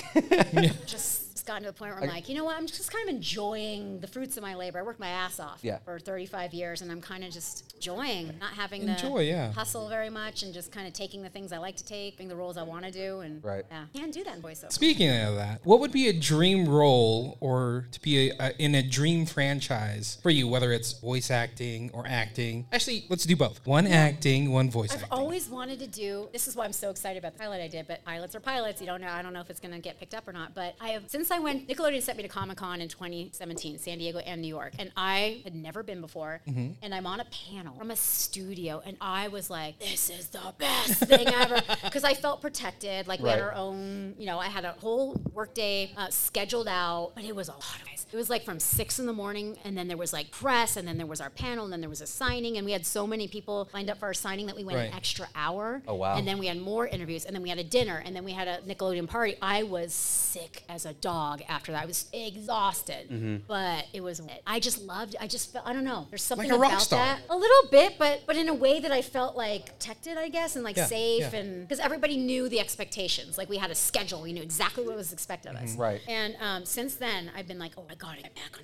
E: just it's gotten to the point where I'm
B: I-
E: like, you know what? I'm just kind of enjoying the fruits of my labor. I worked my ass off
B: Yeah.
E: for 35 years, and I'm kind of just enjoying not having
B: Enjoy,
E: to
B: yeah.
E: hustle very much, and just kind of taking the things I like to take, doing the roles I want to do, and
D: Right.
E: yeah, can do that in voiceover.
D: Speaking of that, what would be a dream role or to be a, a, in a dream franchise for you, whether it's voice acting or acting? Actually, let's do both. One acting, one voice
E: I've
D: acting.
E: always wanted to do. This is why I'm so excited about the pilot I did. But pilots are pilots. You don't know. I don't know if it's going to get picked up or not. But I have since I went. Nickelodeon sent me to Comic Con in 2017, San Diego and New York, and I had never been before.
H: Mhm.
E: And I'm on a panel from a studio, and I was like, "This is the best
H: (laughs)
E: thing ever," because I felt protected. Like we had
H: Right.
E: our own. You know, I had a whole workday uh, scheduled out, but it was a lot of guys. It was like from six in the morning, and then there was like press, and then there was our panel, and then there was a signing, and we had so many people lined up for our signing that we went an
H: Right.
E: extra hour.
H: Oh, wow.
E: And then we had more interviews, and then we had a dinner, and then we had a Nickelodeon party. I was sick as a dog after that. I was exhausted,
H: Mhm.
E: but it was. I just loved. I just felt. I don't know. There's something
H: a rock
E: about
H: star.
E: that. A little bit, but but in a way that I felt like protected, I guess, and like
H: Yeah,
E: safe,
H: yeah.
E: and because everybody knew the expectations. Like we had a schedule. We knew exactly what was expected
H: Mm-hmm.
E: of us.
D: Mhm. Right.
E: And um, since then, I've been like, oh my god, I get back on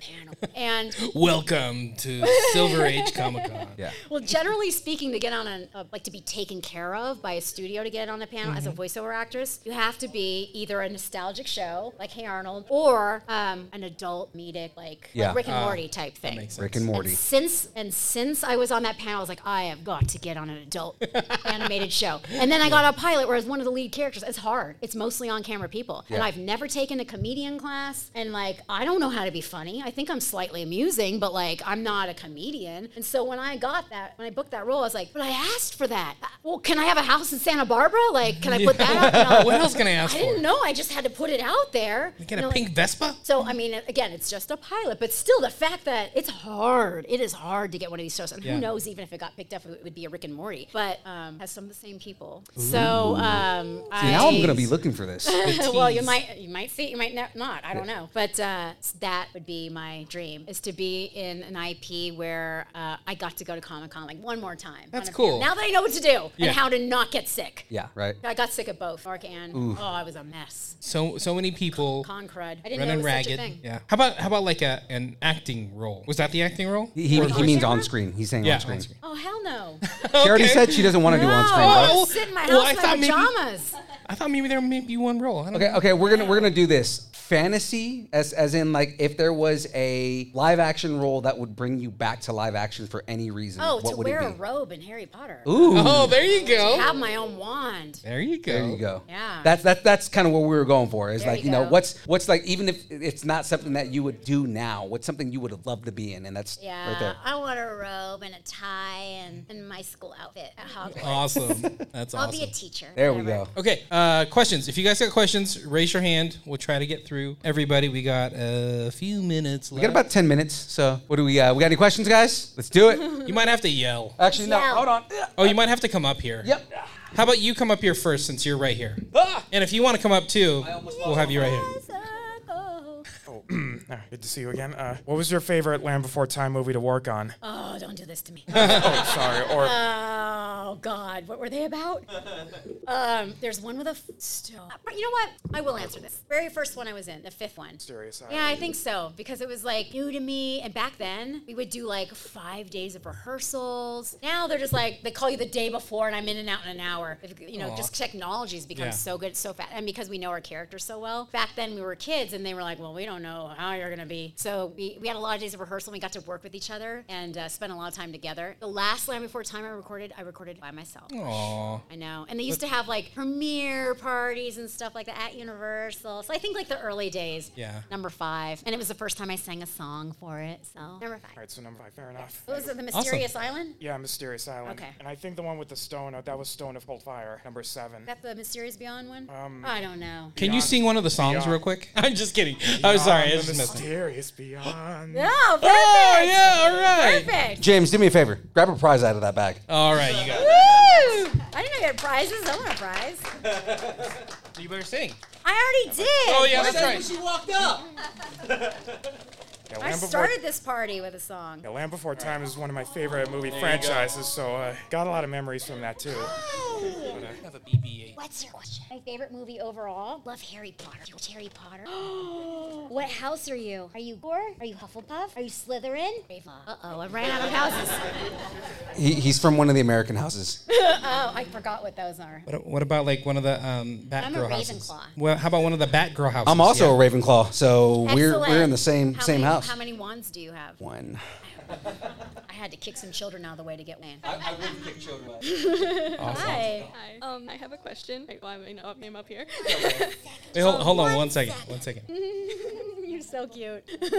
H: (laughs)
E: Hannah. and
D: Welcome to Silver Age Comic Con.
B: (laughs) Yeah.
E: well, generally speaking, to get on a, a like to be taken care of by a studio to get on the panel as a
H: Mhm.
B: Mm-hmm.
E: voiceover actress, you have to be either a nostalgic show like Hey Arnold or um, an adult comedic like,
B: Yeah.
E: like Rick and
B: Ah,
E: Morty type
B: that
E: thing.
B: makes Rick and sense. Morty.
E: since and since I was on that panel, I was like, I have got to get on an adult
D: (laughs)
E: animated show. And then I got a pilot where I was one of the lead characters. It's hard. It's mostly on camera people, and
H: Yeah.
E: I've never taken a comedian class. And like, I don't know how to be funny. I think I'm slightly amusing, but like, I'm not a comedian. And so when I got that, when I booked that role, I was like, but I asked for that. Uh, Well, can I have a house in Santa Barbara? Like, can I put that up?
D: (laughs)
E: And I'll-
D: What else can I ask
E: I
D: for?
E: didn't know. I just had to put it out there.
D: Get
E: You
D: a
E: know,
D: pink
E: like-
D: Vespa?
E: so I mean, again, it's just a pilot, but still, the fact that it's hard, it is hard to get one of these shows, and
H: Yeah.
E: who knows, even if it got picked up, it would be a Rick and Morty, but um, has some of the same people. So um,
B: See,
E: I,
B: now I'm gonna be looking for
E: (laughs)
B: this.
E: well, you might you might see, you might ne- not. I don't
B: Yeah.
E: know, but uh, s- that would be my dream is to be in an IP where uh, I got to go to Comic Con like one more time.
B: That's
E: on a panel.
B: cool.
E: Now that I know what to do
D: Yeah.
E: and how to not get sick.
B: Yeah. Right.
E: I got sick of both, Mark and
D: Ooh.
E: oh, I was a mess.
D: So so many people
E: Con crud. I didn't know it
D: running
E: was
D: ragged.
E: such a thing.
D: Yeah. How about how about like a an acting role? Was that the acting role?
B: He, he,
D: Or-
B: he means on screen. He's saying
D: Yeah,
B: on
D: (laughs)
B: screen.
E: Oh hell no!
B: She already said she doesn't want to do on screen.
E: I
B: bro.
E: wanna sit in my house
D: well, I
E: in my
D: thought maybe-
E: pajamas.
D: I thought maybe there may be one role. I don't
B: Okay, okay, we're gonna we're gonna do this. fantasy as as in like if there was a live action role that would bring you back to live action for any reason?
E: Oh,
B: what
E: to
B: would
E: wear a
B: it be?
E: robe in Harry Potter.
B: Ooh.
D: Oh, there you
E: To
D: go.
E: have my own wand.
D: There you go.
B: There you go.
E: Yeah.
B: That's that's that's kind of what we were going for. Is
E: There
B: like you
E: you
B: know
E: go.
B: what's what's like even if it's not something that you would do now, what's something you would have loved to be in, and that's
E: Yeah,
B: right there.
E: I want a robe and a tie and, and my school outfit at Hogwarts.
B: (laughs)
D: Awesome. That's
E: I'll
D: awesome.
E: be a teacher.
B: There we
E: whatever.
B: go.
D: Okay, uh, questions. If you guys got questions, raise your hand. We'll try to get through everybody. We got a few minutes
B: We
D: left.
B: got about ten minutes, so what do we? Uh, we got any questions, guys? Let's
E: (laughs)
B: do it.
D: you might have to yell.
B: Actually, no.
E: Yeah.
B: Hold on.
D: Oh, you might have to come up here.
B: Yep.
D: How about you come up here first since you're right here?
E: Ah.
D: And if you want to come up too, we'll have you right here.
G: Ah, good to see you again. Uh, what was your favorite Land Before Time movie to work on?
E: Oh, don't do this to (laughs) me.
G: oh, sorry. Or
E: Oh God, what were they about? Um, there's one with a f- stone. Uh, You know what? I will answer this. Very first one I was in, the fifth one.
G: serious.
E: Yeah, I think so because it was like new to me. And back then, we would do like five days of rehearsals. Now they're just like they call you the day before, and I'm in and out in an hour. If- You know,
D: Aw.
E: just technology's become
D: Yeah.
E: so good so fast, and because we know our characters so well. Back then, we were kids, and they were like, "Well, we don't know how you're gonna be." So we, we had a lot of days of rehearsal. We got to work with each other and uh, spend a lot of time together. The last Land Before Time I recorded, I recorded by myself.
D: Aw.
E: I know. And they used to have like premiere parties and stuff like that at Universal. So I think like the early days.
D: Yeah.
E: Number five. And it was the first time I sang a song for it. So number five.
G: All right, so number five. Fair enough.
E: What was it, The Mysterious Island?
G: Yeah, Mysterious Island.
E: Okay.
G: And I think the one with the stone, uh, that was Stone of Cold Fire, number seven.
E: That the Mysterious Beyond one?
G: Um,
E: I don't know.
D: Can you sing one of the songs
G: Beyond.
D: real quick? (laughs) I'm just kidding. I'm sorry. I
G: Beyond
D: was
G: the
D: just messing.
G: Mysterious Beyond.
E: No, perfect.
D: Oh, yeah, all right.
E: Perfect.
B: James, do me a favor. Grab a prize out of that bag.
D: All right, you got
E: Woo!
D: it.
E: I didn't know you had prizes. I want a prize.
D: You better sing.
E: I already did.
D: Oh, yeah, that's right.
G: Yeah,
E: I
G: Land Before,
E: started this party with a song.
G: yeah, Land Before Time is one of my favorite movie franchises, so uh, got a lot of memories from that too.
D: Have a BB-8.
F: What's your question?
E: My favorite movie overall. Love Harry Potter. You watch Harry Potter. (gasps) what house are you? Are you Gore? Are you Hufflepuff? Are you Slytherin? Uh oh, I ran out of houses.
B: He, he's from one of the American houses.
E: (laughs) Oh, I forgot what those are.
D: What, what about like one of the um, Batgirl
E: I'm a
D: houses?
E: Ravenclaw.
D: Well, how about one of the Batgirl houses?
B: I'm also
D: Yeah.
B: a Ravenclaw, so we're we're in the same
E: How
B: same
E: many-
B: house.
E: How many wands do you have?
B: One.
E: I had to kick some children out of the way to get one.
B: I wouldn't pick children.
E: Hi.
H: Hi. Um, I have a question. Wait, well, I may not name up
B: (laughs)
H: here.
D: Wait, hold, hold on one second. One second.
E: (laughs) You're so cute.
H: (laughs)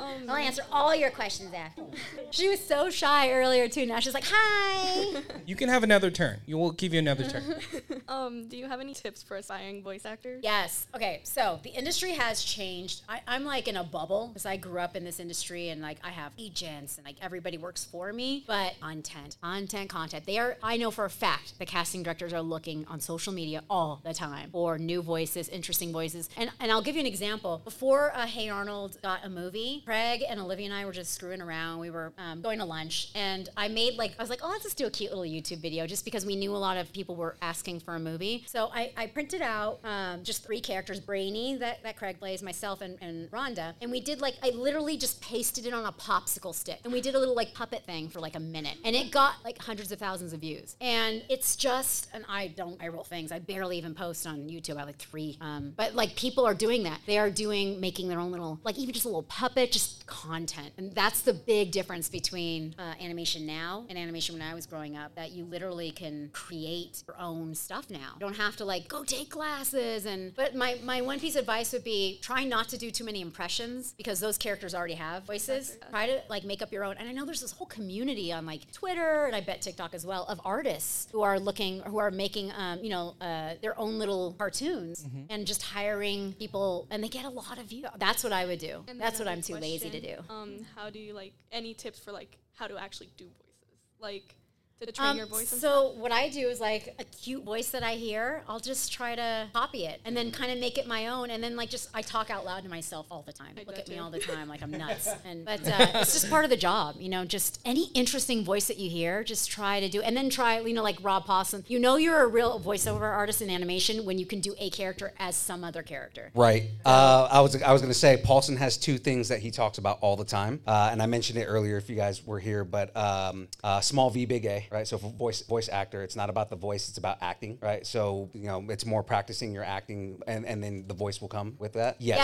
H: Um,
E: I'll answer all your questions after. She was so shy earlier too. Now she's like,
H: (laughs)
E: "Hi."
D: You can have another turn. You will give you another turn.
E: (laughs)
H: um, do you have any tips for aspiring voice actors?
E: Yes. Okay. So the industry has changed. I, I'm like in a bubble because I grew up in this industry and like I have agents and like everybody works for me. But content, content, content. They are. I know for a fact the casting directors are looking on social media all the time for new voices, interesting voices. And and I'll give you an example. Before uh, Hey Arnold got a movie, Craig and Olivia and I were just screwing around. We were um, going to lunch and I made like I was like, oh, let's just do a cute little YouTube video just because we knew a lot of people were asking for a movie. So I, I printed out um, just three characters Brainy, that, that Craig plays, myself, and, and Rhonda. And we did like, I literally just pasted it on a popsicle stick. And we did a little like puppet thing for like a minute. And it got like hundreds of thousands of views. And it's just, and I don't, I roll things. I barely even post on YouTube. I have like three. Um, but like people are doing that. They are doing, making their own little, like even just a little puppet, just content. And that's the big difference between uh, animation now and animation when I was growing up that you literally can create your own stuff now. You don't have to like go take classes and but my my one piece of advice would be try not to do too many impressions because those characters already have voices. Try to like make up your own. And I know there's this whole community on like Twitter and I bet TikTok as well of artists who are looking who are making um, you know uh, their own little cartoons
H: Mm-hmm.
E: and just hiring people and they get a lot of views. That's what I would do.
H: And then
E: That's what
H: another
E: I'm too lazy to do.
H: question, Um, how do you like any tips for like how to actually do voices, like to train
E: Um,
H: your voice? and
E: So what I do is like a cute voice that I hear, I'll just try to copy it and
H: Mm-hmm.
E: then kind of make it my own. And then like just I talk out loud to myself all the time. Look
H: that
E: at me
H: too.
E: all the time, like I'm
H: (laughs)
E: nuts. And but uh, it's just part of the job, you know. Just any interesting voice that you hear, just try to do. And then try, you know, like Rob Possum. You know, you're a real voiceover artist in animation when you can do a character as some other character.
B: Right. Uh, I was I was gonna say Paulson has two things that he talks about all the time, uh, and I mentioned it earlier if you guys were here. But um, uh, small V, big A. right? So for voice voice actor, it's not about the voice, it's about acting, right? So you know, it's more practicing your acting, and, and then the voice will come with that. Yes,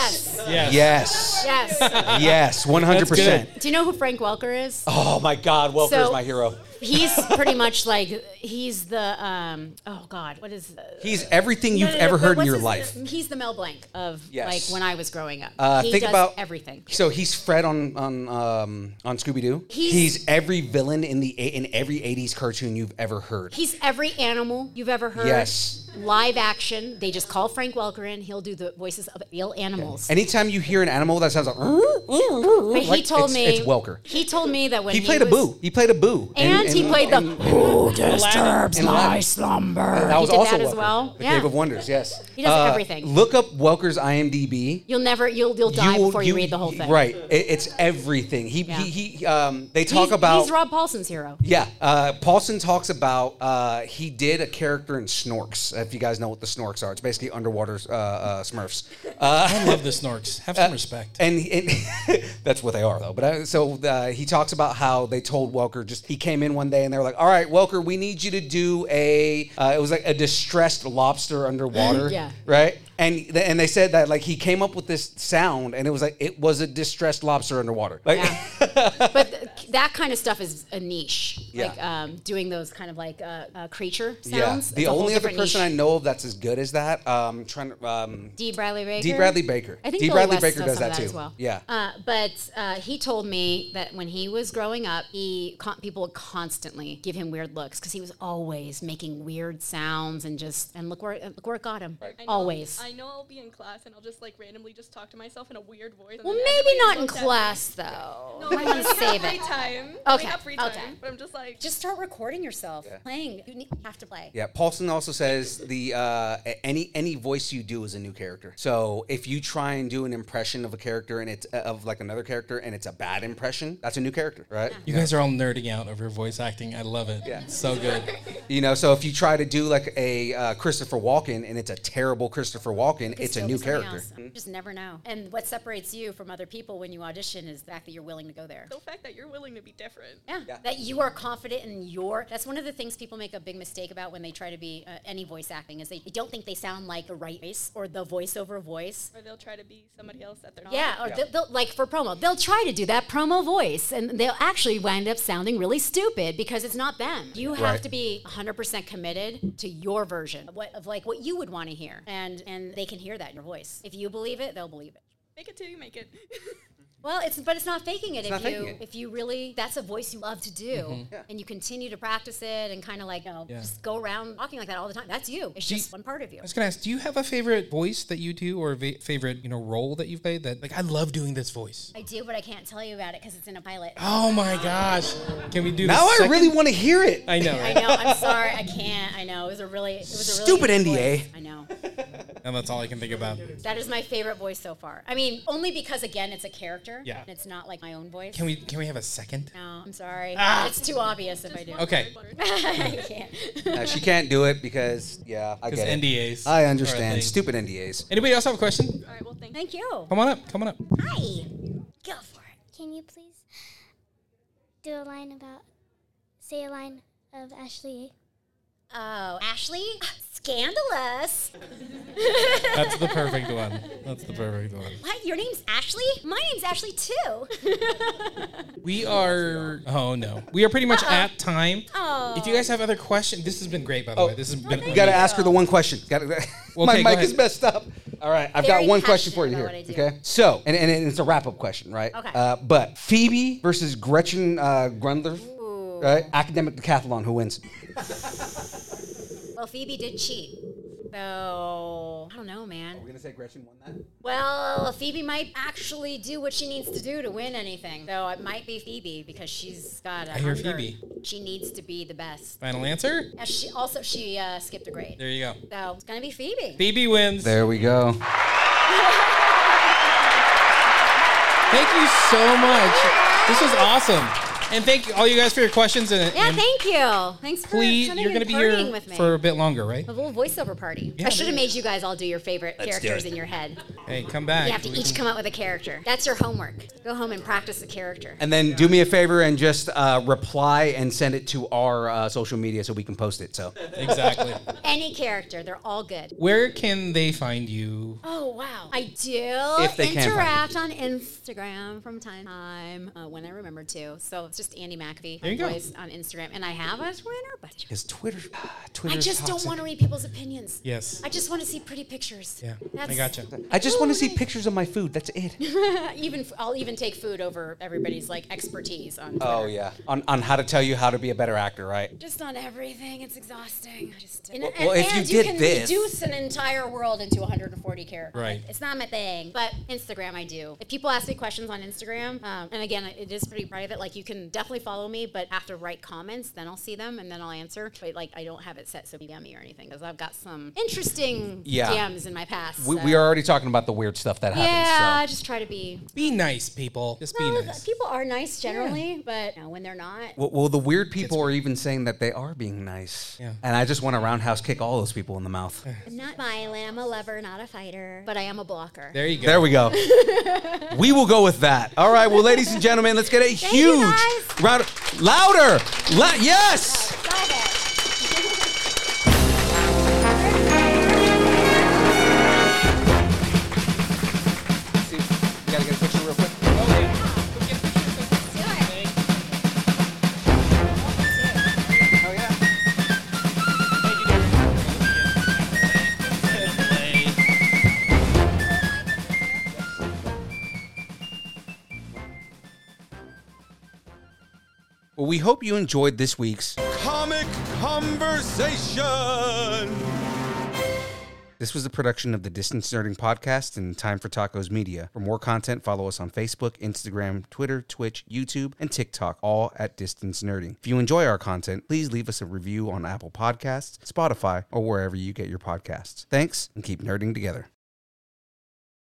E: Yes.
B: yes,
E: Yes.
B: yes, one hundred percent.
E: Do you know who Frank Welker is?
B: Oh my God, Welker's
E: So-
B: my hero. (laughs)
E: He's pretty much like he's the um oh god what is uh,
B: He's everything
E: no,
B: you've
E: no, no,
B: ever
E: but
B: heard in
E: what's
B: your
E: his-
B: life.
E: He's the Mel Blanc of
B: Yes.
E: like when I was growing up.
B: Uh,
E: he
B: think
E: does
B: about
E: everything.
B: So he's Fred on on um, on Scooby Doo.
E: He's-
B: He's, every villain in the in every '80s cartoon you've ever heard.
E: He's every animal you've ever heard.
B: Yes.
E: Live action. They just call Frank Welker in. He'll do the voices of real animals.
B: Anytime you hear an animal that sounds like,
E: But he
B: like,
E: told
B: it's-
E: me
B: it's Welker.
E: He told me that when
B: He
E: he,
B: played a
E: was,
B: boo. He played a boo.
E: and, he played the
B: Who
E: disturbs my
B: slumber?
E: He
B: That was
E: did
B: also
E: that as
B: Welker,
E: well.
B: The
E: Yeah.
B: Cave of Wonders. Yes. Uh,
E: He does everything.
B: Look up Welker's IMDb.
E: You'll never you'll you'll die
B: will-
E: before you, read the whole thing.
B: Right. It, it's everything. He,
E: Yeah.
B: he, he um, they talk
E: He's-
B: about.
E: he's Rob Paulson's hero.
B: Yeah, uh, Paulson talks about uh, he did a character in Snorks. If you guys know what the Snorks are, it's basically underwater uh, uh, Smurfs. Uh,
D: I love the Snorks. Have some respect.
B: and, and (laughs) that's what they are though. But uh, so uh, he talks about how they told Welker just he came in one day and they were like, "All right, Welker, we need you to do a uh, it was like a distressed lobster
E: (laughs)
B: underwater,
I: Yeah.
B: right?" And th- and they said that like he came up with this sound and it was like it was a distressed lobster underwater. Like, (laughs)
E: That kind of stuff is a niche. Like
B: Yeah.
E: um, doing those kind of like uh, uh, creature sounds. It's
B: the
E: a whole
B: only other
E: different
B: person
E: niche.
B: I know of that's as good as that. Um, trying to um,
E: D. Bradley Baker.
B: D. Bradley Baker.
E: I think
B: D.
E: Billy
B: Bradley
E: West
B: Baker does
E: does some
B: that
E: of that
B: too.
E: as well.
B: Yeah.
E: Uh, but uh, he told me that when he was growing up, he con- people would constantly give him weird looks because he was always making weird sounds and just and look where it- look where it got him.
H: I know-
E: Always.
H: I know I'll be in class and I'll just like randomly just talk to myself in a weird voice. and
E: Well,
H: then
E: maybe
H: everybody
E: not in
H: looks at me.
E: class though.
H: No,
E: Why
H: I
E: don't you
H: have
E: save
H: free
E: it?
H: time. I
E: Okay.
H: have free
E: okay.
H: time, but I'm just like-
E: just start recording yourself playing. You need, have to play.
B: Yeah, Paulson also says the uh, a- any any voice you do is a new character. So if you try and do an impression of a character and it's of like another character and it's a bad impression, that's a new character, right?
D: You guys are all nerding out over voice acting. I love it. Yeah. So good.
E: (laughs)
B: You know, so if you try to do like a uh, Christopher Walken and it's a terrible Christopher Walken,
E: could
B: it's a
E: still
B: new
E: be something
B: character.
E: else. You just never know. Mm-hmm. And what separates you from other people when you audition is the fact that you're willing to go there.
H: The fact that you're willing to be different.
E: Yeah. That you are confident in your. That's one of the things people make a big mistake about when they try to be uh, any voice acting is they don't think they sound like the right voice or the voiceover voice.
H: Or they'll try to be somebody else that they're not.
E: Yeah, or They'll, they'll- like for promo, they'll try to do that promo voice, and they'll actually wind up sounding really stupid because it's not them. You have
H: Right.
E: to be 100% committed to your version of, what, of like what you would want to hear, and and they can hear that in your voice. If you believe it, they'll believe it.
H: Make it till you make it. (laughs)
E: Well, it's but it's not faking
H: It's
E: it if
H: not
E: you
H: faking it. Mm-hmm.
E: if you really that's a voice you love to do
D: Mhm.
E: and you continue to practice it and kind of like you know,
D: Yeah.
E: just go around talking like that all the time. That's you. It's just one part of you.
D: I was gonna ask, do you have a favorite voice that you do, or a va- favorite you know role that you've played? That like I love doing this voice.
E: I do, but I can't tell you about it because it's in a pilot.
D: Oh my gosh! Can we do
B: Now
D: The
B: I
D: second-
B: really want to hear it.
D: I know.
E: I
D: Right?
E: know. I'm sorry. I can't. I know. It was a really it was a really
B: Stupid
E: good
B: NDA.
E: voice. I know.
D: And that's all I can think about.
E: That is my favorite voice so far. I mean, only because again, it's a character.
D: Yeah.
E: And it's not like my own voice.
D: Can we can we have a second?
E: No, I'm sorry.
D: Ah.
E: It's too obvious if I do.
D: Okay.
E: (laughs) I can't.
B: Uh, she can't do it because yeah, I
D: 'Cause
B: get it.
D: NDAs
B: I
D: are a
B: understand
D: thing.
B: stupid NDAs.
D: Anybody else have a question?
E: Thank you.
D: Come on up. Come on up.
F: Hi. Go for it. Can you please do a line about, say a line of Ashley?
E: Oh, Ashley, scandalous.
D: That's the perfect one. That's the perfect one.
E: What? Your name's Ashley? My name's
F: (laughs)
E: Ashley too.
D: We are. Oh no, we are pretty much at time. If you guys have other questions, this has been great. By the way, this has been.
B: Oh. You gotta ask her the one question. (laughs) Gotta,
D: Well,
B: my
D: okay, go
B: mic
D: ahead.
B: is messed up. All right, I've
D: Very
B: got one question
D: passionate
B: for you
D: about
B: here.
D: what I do.
B: Okay, so and, and it's a wrap up question, right?
D: Okay.
B: Uh, but Phoebe versus Gretchen uh, Grundler, right? Academic decathlon. Who wins?
E: well, Phoebe did cheat. So, I don't know, man.
B: We're gonna say Gretchen won that.
E: Well, Phoebe might actually do what she needs to do to win anything. So it might be Phoebe because she's got a
D: I hear
E: hunger.
D: Phoebe.
E: She needs to be the best.
D: Final answer.
E: And she also she uh, skipped a grade.
D: There you go.
E: So it's gonna be Phoebe.
D: Phoebe wins.
B: There we go.
D: Thank you so much. This was awesome. And thank you, all you guys for your questions. And,
E: Yeah,
D: and
E: thank you. Thanks for
D: please,
E: coming
D: you're going to be
E: and partying
D: here
E: with me.
D: for a bit longer, right?
E: A little voiceover party.
D: Yeah,
E: I should have
D: maybe.
E: made you guys all do your favorite
D: Let's do
E: characters
D: it.
E: in your head.
D: Hey, come back.
E: You have to
D: We
E: each
D: can-
E: come up with a character. That's your homework. Go home and practice the character.
B: And then do me a favor and just uh, reply and send it to our uh, social media so we can post it. (laughs) So
D: Exactly.
E: Any character, they're all good.
D: Where can they find you?
E: Oh wow! I do
D: If they can find
E: interact on Instagram from time to time uh, when I remember to. So it's just Andy McAfee
B: There you go.
E: always on Instagram, and I have a Twitter, but
B: because Twitter, ah,
E: I just don't want to read people's opinions.
B: Yes.
E: I just want to see pretty pictures.
B: Yeah,
E: That's-
B: I just want to see pictures of my food. That's it.
E: even I'll even take food over everybody's like expertise on. Twitter.
B: Oh yeah, on, on how to tell you how to be a better actor, right?
E: Just on everything, it's exhausting. I Just, and,
B: Well-
E: and-
B: well, if you
E: and
B: did
E: can
B: this-
E: reduce an entire world into 140 characters.
B: Right.
E: It's not my thing, but Instagram I do. If people ask me questions on Instagram, um, and again, it is pretty private. Like you can definitely follow me, but have to write comments, then I'll see them and then I'll answer. But like I don't have it set so DM me or anything because I've got some interesting
B: Yeah.
E: DMs in my past.
B: We,
E: so-
B: we are already talking about the weird stuff that happens.
E: yeah, I just try to be.
D: Be nice, people. Just be
E: No,
D: nice.
E: People are nice generally, but you know, when they're not,
B: Well, well, the weird people are even saying that they are being nice. Yeah. And I just want to roundhouse kick all those people in the mouth.
E: I'm not violent. I'm a lover, not a fighter. But I am a blocker.
B: There you go. There we
E: (laughs)
B: go. we will go with that. All right. Well, ladies and gentlemen, let's get a huge round. of- Louder. Lou- yes. Gotta get a picture real quick. Oh, Well, we hope you enjoyed this week's.
C: Comic conversation.
B: This was a production of the Distance Nerding Podcast and Time for Tacos Media. For more content, follow us on Facebook, Instagram, Twitter, Twitch, YouTube, and TikTok, all at Distance Nerding. If you enjoy our content, please leave us a review on Apple Podcasts, Spotify, or wherever you get your podcasts. Thanks, and keep nerding together.